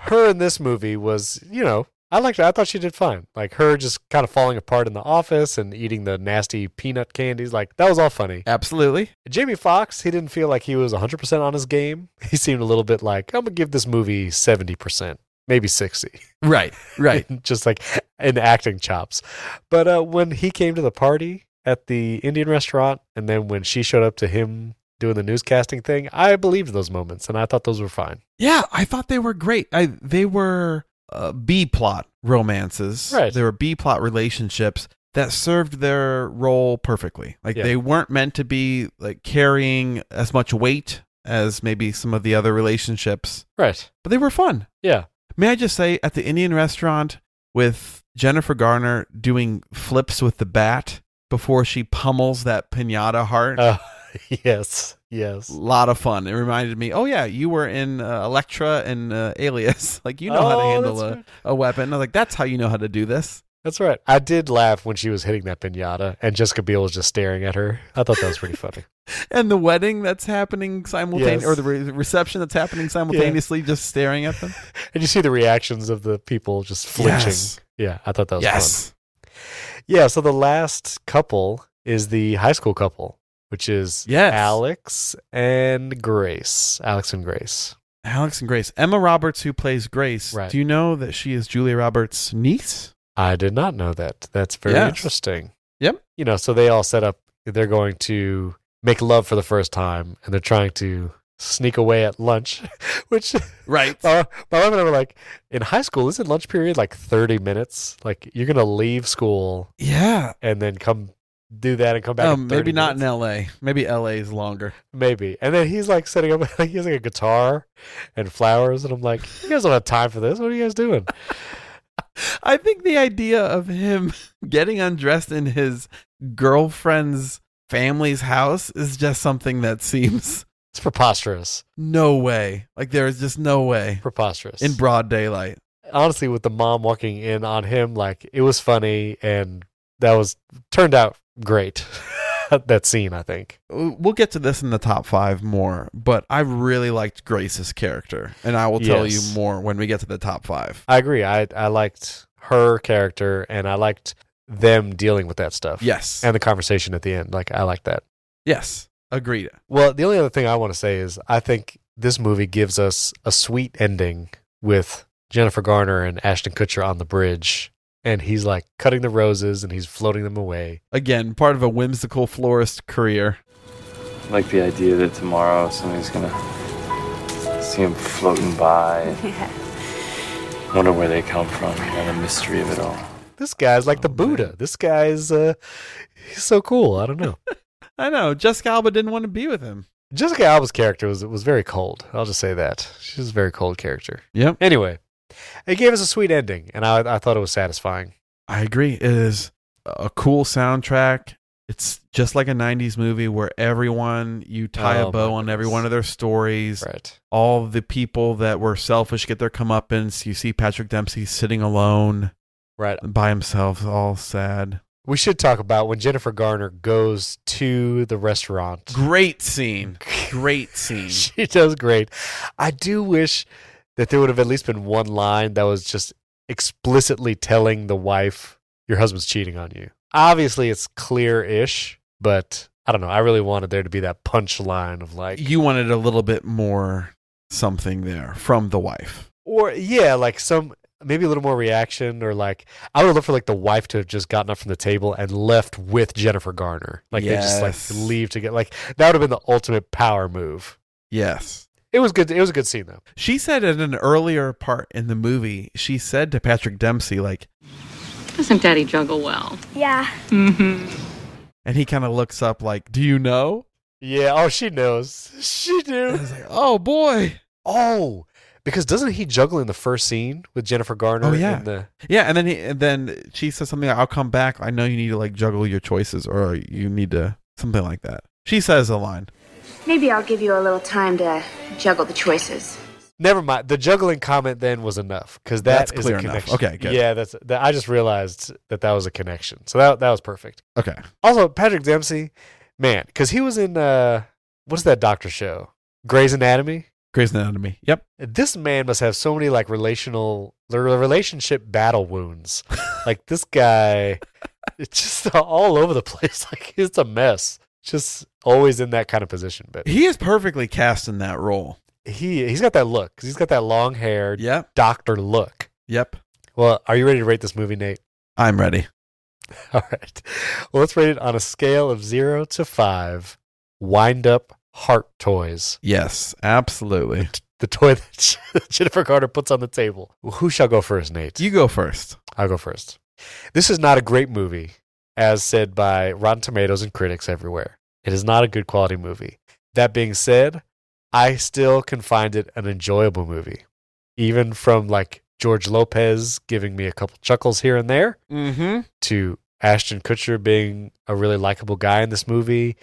B: her in this movie was, you know, I liked her. I thought she did fine. Like her just kind of falling apart in the office and eating the nasty peanut candies. Like that was all funny.
A: absolutely
B: Jamie Foxx, he didn't feel like he was 100% on his game. He seemed a little bit like, I'm going to give this movie 70%, maybe 60
A: right right
B: (laughs) just like in acting chops. But uh, when he came to the party at the Indian restaurant, and then when she showed up to him doing the newscasting thing, I believed those moments, and I thought those were fine.
A: Yeah, I thought they were great. I they were uh, B plot romances.
B: Right.
A: They were B plot relationships that served their role perfectly. Like
B: Yeah.
A: they weren't meant to be like carrying as much weight as maybe some of the other relationships,
B: Right.
A: but they were fun.
B: Yeah.
A: May I just say at the Indian restaurant with Jennifer Garner doing flips with the bat before she pummels that piñata heart.
B: (laughs) Uh, yes. Yes.
A: lot of fun. It reminded me, oh yeah, you were in uh, Electra and uh, Alias. (laughs) Like you know how to
B: Oh,
A: handle
B: that's
A: a,
B: right.
A: a weapon. I was like, that's how you know how to do this.
B: That's right. I did laugh when she was hitting that pinata, and Jessica Biel was just staring at her. I thought that was pretty (laughs) funny.
A: And the wedding that's happening simultaneously,
B: Yes.
A: or the re- reception that's happening simultaneously, just staring at them.
B: and you see the reactions of the people just flinching.
A: Yes.
B: Yeah, I thought that was fun. Yeah, so the last couple is the high school couple, which is
A: Yes.
B: Alex and Grace. Alex and Grace.
A: Alex and Grace. Emma Roberts, who plays Grace.
B: Right.
A: Do you know that she is Julia Roberts' niece?
B: I did not know that. That's very
A: Yes.
B: interesting.
A: Yep.
B: You know, so they all set up they're going to make love for the first time and they're trying to sneak away at lunch, (laughs) which
A: Right.
B: my, my wife and I were like, in high school, isn't lunch period like 30 minutes? Like you're gonna leave school
A: Yeah.
B: and then come do that and come back.
A: Um,
B: in 30
A: maybe not
B: minutes?
A: in L.A. Maybe L.A. is longer.
B: Maybe. And then he's like setting up, (laughs) like, he has like a guitar and flowers. And I'm like, you guys don't have time for this. What are you guys doing?
A: I think the idea of him (laughs) getting undressed in his girlfriend's family's house is just something that seems (laughs)
B: It's preposterous.
A: no way. Like there is just no way
B: Preposterous.
A: in broad daylight.
B: Honestly, with the mom walking in on him, like, it was funny. And that was turned out great. (laughs) that scene, I think.
A: We'll get to this in the top five more, but I really liked Grace's character, and I will tell
B: Yes.
A: you more when we get to the top five.
B: I agree. I, I liked her character and I liked them dealing with that stuff.
A: Yes.
B: And the conversation at the end. Like, I like that.
A: yes. Agreed.
B: Well, the only other thing I want to say is I think this movie gives us a sweet ending with Jennifer Garner and Ashton Kutcher on the bridge and he's like cutting the roses and he's floating them away.
A: Again, part of a whimsical florist career.
H: I like the idea that tomorrow somebody's gonna see him floating by and wonder where they come from, you know, the mystery of it all.
B: This guy's like the Buddha. This guy's uh, he's so cool. I (laughs) don't know.
A: I know. Jessica Alba didn't want to be with him.
B: Jessica Alba's character was was very cold. I'll just say that she's a very cold character.
A: Yep.
B: Anyway, it gave us a sweet ending, and I I thought it was satisfying.
A: I agree. It is a cool soundtrack. It's just like a 90s movie where everyone, you tie
B: Oh,
A: a bow
B: my
A: on every
B: goodness.
A: one of their stories.
B: Right.
A: All the people that were selfish get their comeuppance. You see Patrick Dempsey sitting alone
B: Right.
A: by himself, all sad.
B: We should talk about when Jennifer Garner goes to the restaurant.
A: Great scene. Great scene.
B: (laughs) She does great. I do wish that there would have at least been one line that was just explicitly telling the wife your husband's cheating on you. Obviously, it's clear-ish, but I don't know. I really wanted there to be that punch line of like,
A: You wanted a little bit more something there from the wife.
B: or yeah, like some maybe a little more reaction, or like I would have loved for like the wife to have just gotten up from the table and left with Jennifer Garner. Like they just
A: Yes.
B: like leave to get like that would have been the ultimate power move.
A: Yes.
B: It was good. It was a good scene though.
A: She said in an earlier part in the movie, she said to Patrick Dempsey, like,
L: Doesn't Daddy juggle well?
I: Yeah.
A: and he kind of looks up, like, do you know?
B: Yeah. Oh, she knows. (laughs) She knew.
A: oh boy.
B: Oh, because doesn't he juggle in the first scene with Jennifer Garner?
A: Oh, yeah.
B: in the-
A: Yeah, and then he, and then she says something like, "I'll come back. I know you need to like juggle your choices, or you need to something like that." She says a line.
I: Maybe I'll give you a little time to juggle the choices.
B: Never mind. The juggling comment then was enough because
A: That's
B: that's
A: clear
B: a
A: enough.
B: connection.
A: Okay, good.
B: Yeah, that's. That, I just realized that that was a connection. So that that was perfect.
A: Okay,
B: Also, Patrick Dempsey, man, because he was in uh, what's that doctor show? Grey's Anatomy.
A: Grey's Anatomy. Yep,
B: This man must have so many like relational the relationship battle wounds. like this guy, it's just (laughs) all over the place. (laughs) Like it's a mess. Just always in that kind of position. But
A: he is perfectly cast in that role.
B: he he's got that look. 'cause He's got that long hair
A: Yep,
B: doctor look.
A: yep.
B: Well, are you ready to rate this movie, Nate? (laughs)
A: I'm ready.
B: All right. Well, let's rate it on a scale of zero to five. Wind up heart toys. (laughs)
A: Yes, absolutely.
B: The toy that (laughs) Jennifer Carter puts on the table. Who shall go first, Nate?
A: You go first.
B: I'll go first. This is not a great movie, as said by Rotten Tomatoes and critics everywhere. It is not a good quality movie. That being said, I still can find it an enjoyable movie, even from like George Lopez giving me a couple chuckles here and there
A: Mm-hmm.
B: to Ashton Kutcher being a really likable guy in this movie,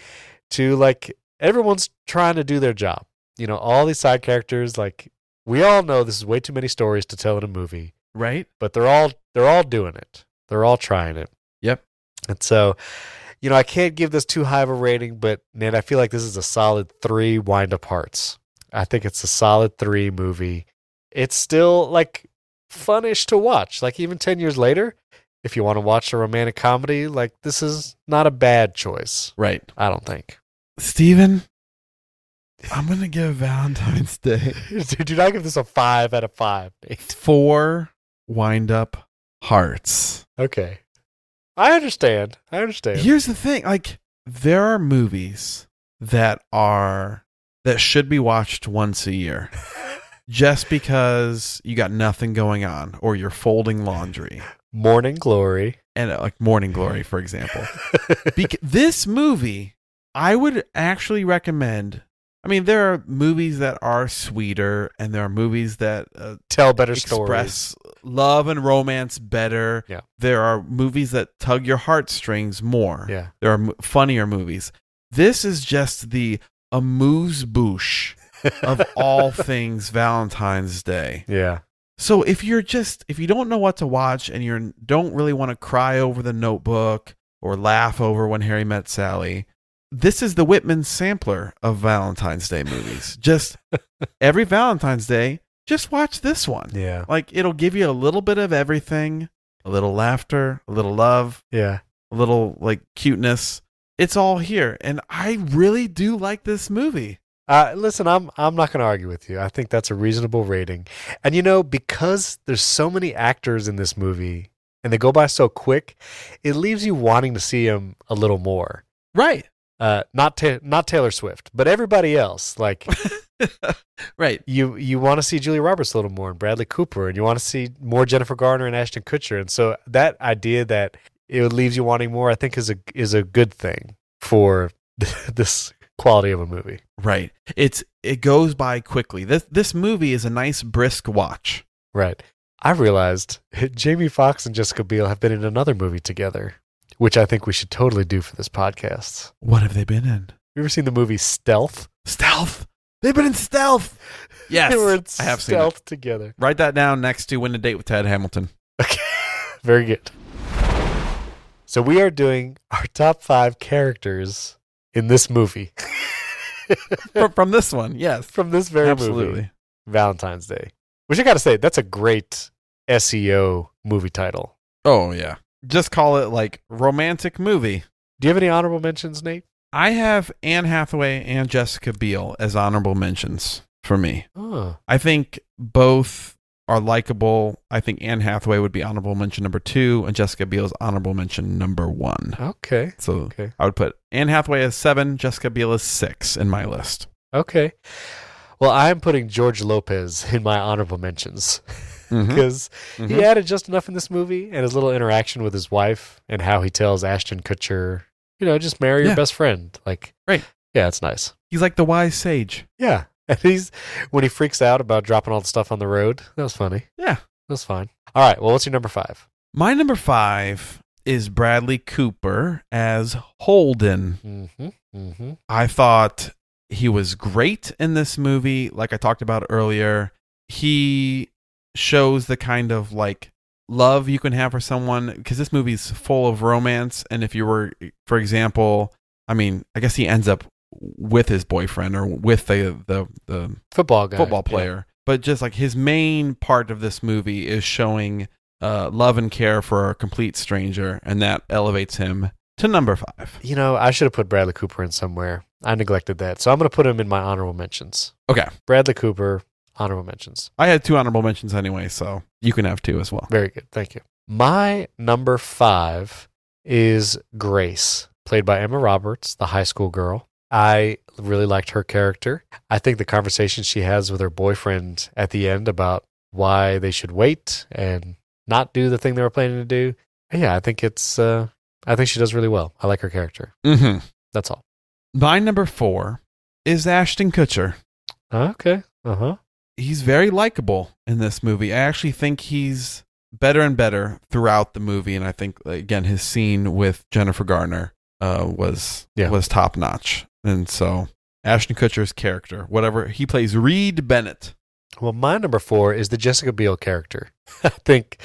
B: to like everyone's trying to do their job. You know, all these side characters, like we all know this is way too many stories to tell in a movie,
A: Right.
B: but they're all they're all doing it. They're all trying it.
A: Yep.
B: And so, you know, I can't give this too high of a rating, but man, I feel like this is a solid three wind up hearts. I think it's a solid three movie. It's still like funish to watch. Like even ten years later, if you want to watch a romantic comedy, like this is not a bad choice.
A: Right.
B: I don't think.
A: Steven, I'm gonna give Valentine's Day
B: (laughs) Dude, Dude, I give this a five out of five.
A: four wind up hearts.
B: Okay. I understand. I understand.
A: Here's the thing, like there are movies that are that should be watched once a
B: (laughs)
A: year. just because you got nothing going on or you're folding laundry
B: Morning glory.
A: and uh, like Morning Glory for example.
B: (laughs)
A: Bec- this movie I would actually recommend. I mean, there are movies that are sweeter and there are movies that uh,
B: Tell better stories.
A: express love and romance better.
B: Yeah.
A: There are movies that tug your heartstrings more.
B: Yeah.
A: There are m- funnier movies. This is just the amuse bouche of all things Valentine's Day.
B: Yeah.
A: So if you're just if you don't know what to watch and you don't really want to cry over the notebook or laugh over when Harry met Sally, this is the Whitman sampler of Valentine's Day movies. just every Valentine's Day, just watch this one.
B: Yeah.
A: Like it'll give you a little bit of everything, a little laughter, a little love,
B: Yeah.
A: a little like cuteness. It's all here and I really do like this movie.
B: Uh, listen, I'm I'm not going to argue with you. I think that's a reasonable rating. And you know, because there's so many actors in this movie, and they go by so quick, it leaves you wanting to see him a little more.
A: Right.
B: Uh, not ta- not Taylor Swift, but everybody else. Like,
A: right.
B: You you want to see Julia Roberts a little more, and Bradley Cooper, and you want to see more Jennifer Garner and Ashton Kutcher. And so that idea that it leaves you wanting more, I think, is a is a good thing for (laughs) this quality of a movie.
A: Right. It's it goes by quickly. This this movie is a nice brisk watch.
B: Right. I realized (laughs) Jamie Foxx and Jessica Biel have been in another movie together, which I think we should totally do for this podcast.
A: What have they been in?
B: You ever seen the movie Stealth?
A: Stealth. They've been in Stealth. (laughs) Yes.
B: they were in
A: I have seen
B: Stealth
A: it.
B: together.
A: Write that down next to Win a Date with Ted
B: (laughs)
A: Hamilton.
B: Okay. Very good. So we are doing our top five characters in this movie. (laughs)
A: from, from this one, yes.
B: From this very
A: Absolutely.
B: movie. Valentine's Day. Which I gotta say, that's a great SEO movie title.
A: Oh yeah. Just call it like romantic movie.
B: Do you have any honorable mentions, Nate?
A: I have Anne Hathaway and Jessica Biel as honorable mentions for me.
B: Oh.
A: I think both are likable. I think Anne Hathaway would be honorable mention number two, and Jessica Biel is honorable mention number one.
B: Okay.
A: So
B: Okay.
A: I would put Anne Hathaway as seven, Jessica Biel as six in my list.
B: Okay. Well, I'm putting George Lopez in my honorable mentions
A: Mhm.
B: because
A: Mhm.
B: he added just enough in this movie and his little interaction with his wife and how he tells Ashton Kutcher, you know, just marry
A: Yeah.
B: your best friend. Like,
A: Right.
B: yeah, it's nice.
A: He's like the wise sage.
B: Yeah. (laughs) And he's when he freaks out about dropping all the stuff on the road. That was funny.
A: Yeah.
B: That's fine. All right. Well, what's your number five?
A: My number five is Bradley Cooper as Holden.
B: Mm-hmm. Mm-hmm.
A: I thought he was great in this movie. Like I talked about earlier, he shows the kind of like love you can have for someone because this movie's full of romance. And if you were, for example, I mean, I guess he ends up with his boyfriend or with the the, the
B: Football guy.
A: football
B: Yeah.
A: player, but just like his main part of this movie is showing uh, love and care for a complete stranger, and that elevates him to number five.
B: You know, I should have put Bradley Cooper in somewhere. I neglected that. So I'm going to put him in my honorable mentions.
A: Okay,
B: Bradley Cooper, honorable mentions.
A: I had two honorable mentions anyway, so you can have two as well.
B: Very good. Thank you. My number five is Grace, played by Emma Roberts, the high school girl. I really liked her character. I think the conversation she has with her boyfriend at the end about why they should wait and not do the thing they were planning to do. Yeah, I think it's, uh, I think she does really well. I like her character.
A: Mm-hmm.
B: That's all.
A: My number four is Ashton Kutcher.
B: Okay. Uh huh.
A: He's very likable in this movie. I actually think he's better and better throughout the movie, and I think again his scene with Jennifer Garner uh, was
B: Yeah.
A: was top notch. And so Ashton Kutcher's character, whatever he plays, Reed Bennett.
B: Well, my number four is the Jessica Biel character. (laughs) I think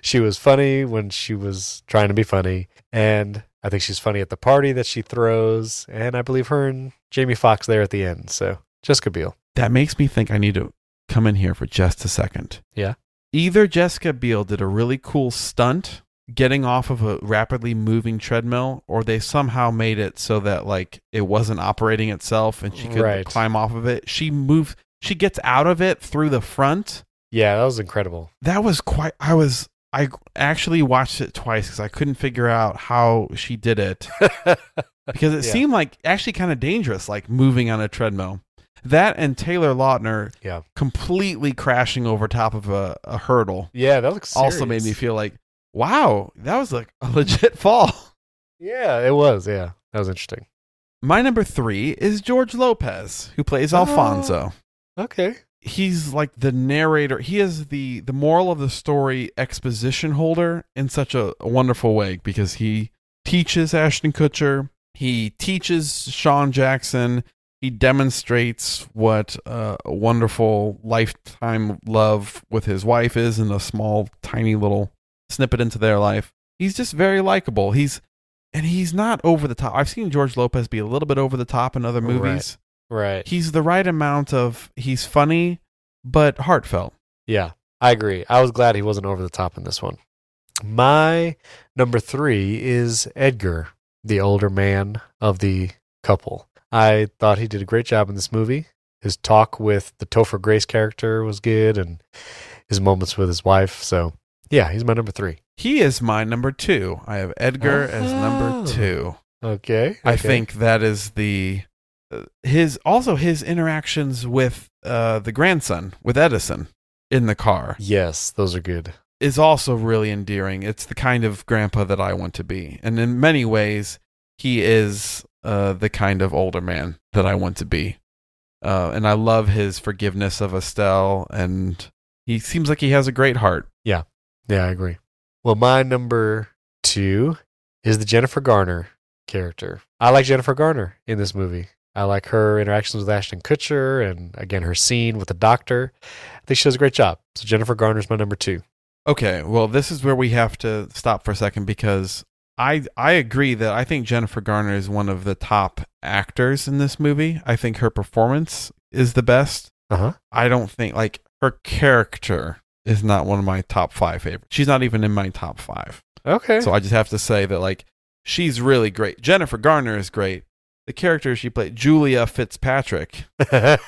B: she was funny when she was trying to be funny, and I think she's funny at the party that she throws, and I believe her and Jamie Foxx there at the end. So Jessica Biel,
A: That makes me think I need to come in here for just a second.
B: yeah,
A: Either Jessica Biel did a really cool stunt getting off of a rapidly moving treadmill, or they somehow made it so that like it wasn't operating itself and she could
B: Right.
A: climb off of it. She moves. She gets out of it through the front.
B: yeah, that was incredible.
A: that was quite i was i actually watched it twice because i couldn't figure out how she did
B: (laughs)
A: it because it
B: Yeah.
A: seemed like actually kind of dangerous like moving on a treadmill that and taylor lautner
B: Yeah,
A: completely crashing over top of a, a hurdle
B: yeah, that looks
A: also made me feel like wow that was like a (laughs) legit fall
B: Yeah, it was. Yeah, that was interesting.
A: my number three is george lopez who plays alfonso
B: Okay,
A: he's like the narrator he is the the moral of the story exposition holder in such a, a wonderful way because he teaches ashton kutcher he teaches sean jackson he demonstrates what uh, a wonderful lifetime love with his wife is in a small tiny little snippet into their life he's just very likable he's and he's not over the top i've seen george lopez be a little bit over the top in other movies
B: right.
A: he's the right amount of he's funny but heartfelt.
B: Yeah, I agree. I was glad he wasn't over the top in this one. My number three is Edgar, the older man of the couple. I thought he did a great job in this movie. His talk with the Topher Grace character was good and his moments with his wife. So, yeah, he's my number three.
A: He is my number two. I have Edgar as
B: Oh.
A: number two.
B: Okay,
A: I
B: okay.
A: think that is the uh, his also his interactions with uh, the grandson with Edison in the car.
B: Yes, those are good.
A: Is also really endearing. It's the kind of grandpa that I want to be, and in many ways, he is uh, the kind of older man that I want to be. Uh, and I love his forgiveness of Estelle, and he seems like he has a great heart.
B: Yeah. Yeah, I agree. Well, my number two is the Jennifer Garner character. I like Jennifer Garner in this movie. I like her interactions with Ashton Kutcher and again her scene with the doctor. I think she does a great job. So Jennifer Garner's my number two.
A: Okay, well, this is where we have to stop for a second because I I agree that I think Jennifer Garner is one of the top actors in this movie. I think her performance is the best.
B: Uh-huh.
A: I don't think like her character is not one of my top 5 favorites. She's not even in my top 5.
B: Okay.
A: So I just have to say that like she's really great. Jennifer Garner is great. The character she played, Julia Fitzpatrick, (laughs)
B: (laughs)
A: is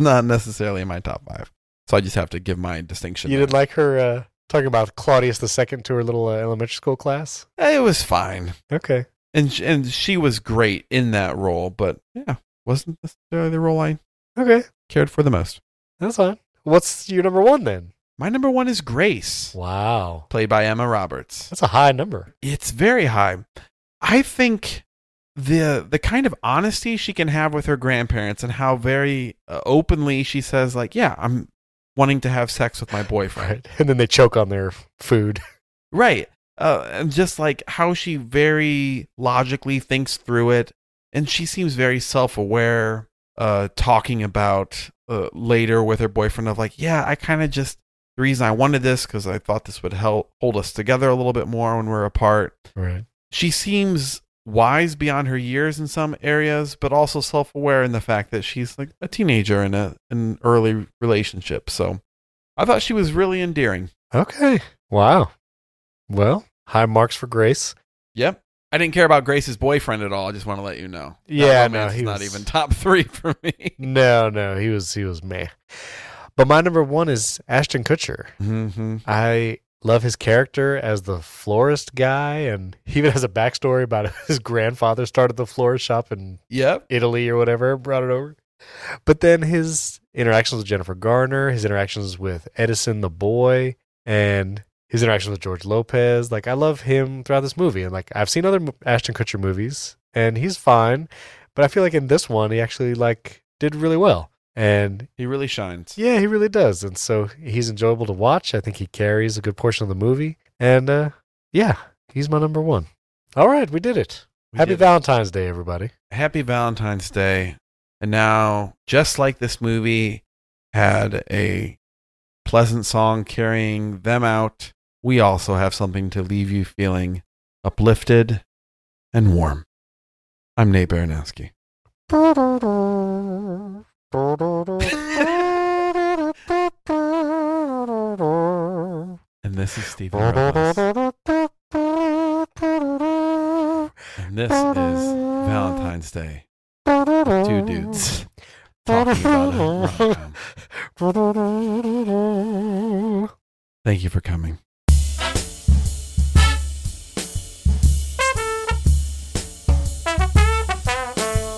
A: not necessarily in my top 5. So I just have to give my distinction.
B: You
A: there.
B: didn't like her uh, talking about Claudius II to her little uh, elementary school class?
A: It was fine.
B: Okay.
A: And sh- and she was great in that role, but yeah, wasn't necessarily the role I
B: Okay.
A: cared for the most.
B: That's fine. What's your number one then?
A: My number one is Grace,
B: Wow.
A: played by Emma Roberts.
B: That's a high number.
A: It's very high. I think the the kind of honesty she can have with her grandparents and how very uh, openly she says like, "Yeah, I'm wanting to have sex with my boyfriend."
B: (laughs) Right. And then they choke on their food.
A: Right. Uh, and just like how she very logically thinks through it. And she seems very self aware, uh, talking about uh, later with her boyfriend of like, yeah, I kind of just, the reason I wanted this because I thought this would help hold us together a little bit more when we're apart.
B: Right.
A: She seems wise beyond her years in some areas, but also self aware in the fact that she's like a teenager in a, an early relationship. So I thought she was really endearing.
B: Okay. Wow. Well, high marks for Grace.
A: Yep. I didn't care about Grace's boyfriend at all. I just want to let you know. That
B: Yeah, no,
A: romance
B: he
A: is not
B: was-
A: even top (laughs) three for me.
B: No, no, he was he was meh. But my number one is Ashton Kutcher.
A: Mm-hmm.
B: I love his character as the florist guy, and he even (laughs) has a backstory about (laughs) his grandfather started the florist shop in
A: Yep.
B: Italy or whatever, brought it over. But then his interactions with Jennifer Garner, his interactions with Edison the boy, and his interactions with George Lopez. Like, I love him throughout this movie. And, like, I've seen other m- Ashton Kutcher movies, and he's fine. But I feel like in this one, he actually, like, did really well. And
A: He really shines.
B: yeah, he really does. And so he's enjoyable to watch. I think he carries a good portion of the movie. And uh, yeah, he's my number one. All right, we did it.
A: We
B: Happy
A: did it.
B: Valentine's Day, everybody.
A: Happy Valentine's Day. And now, just like this movie had a pleasant song carrying them out, we also have something to leave you feeling uplifted and warm. I'm Nate Baranowski. And this is Steve Marabas. And this is Valentine's Day. with Two dudes talking about a rom-com. Thank you for coming.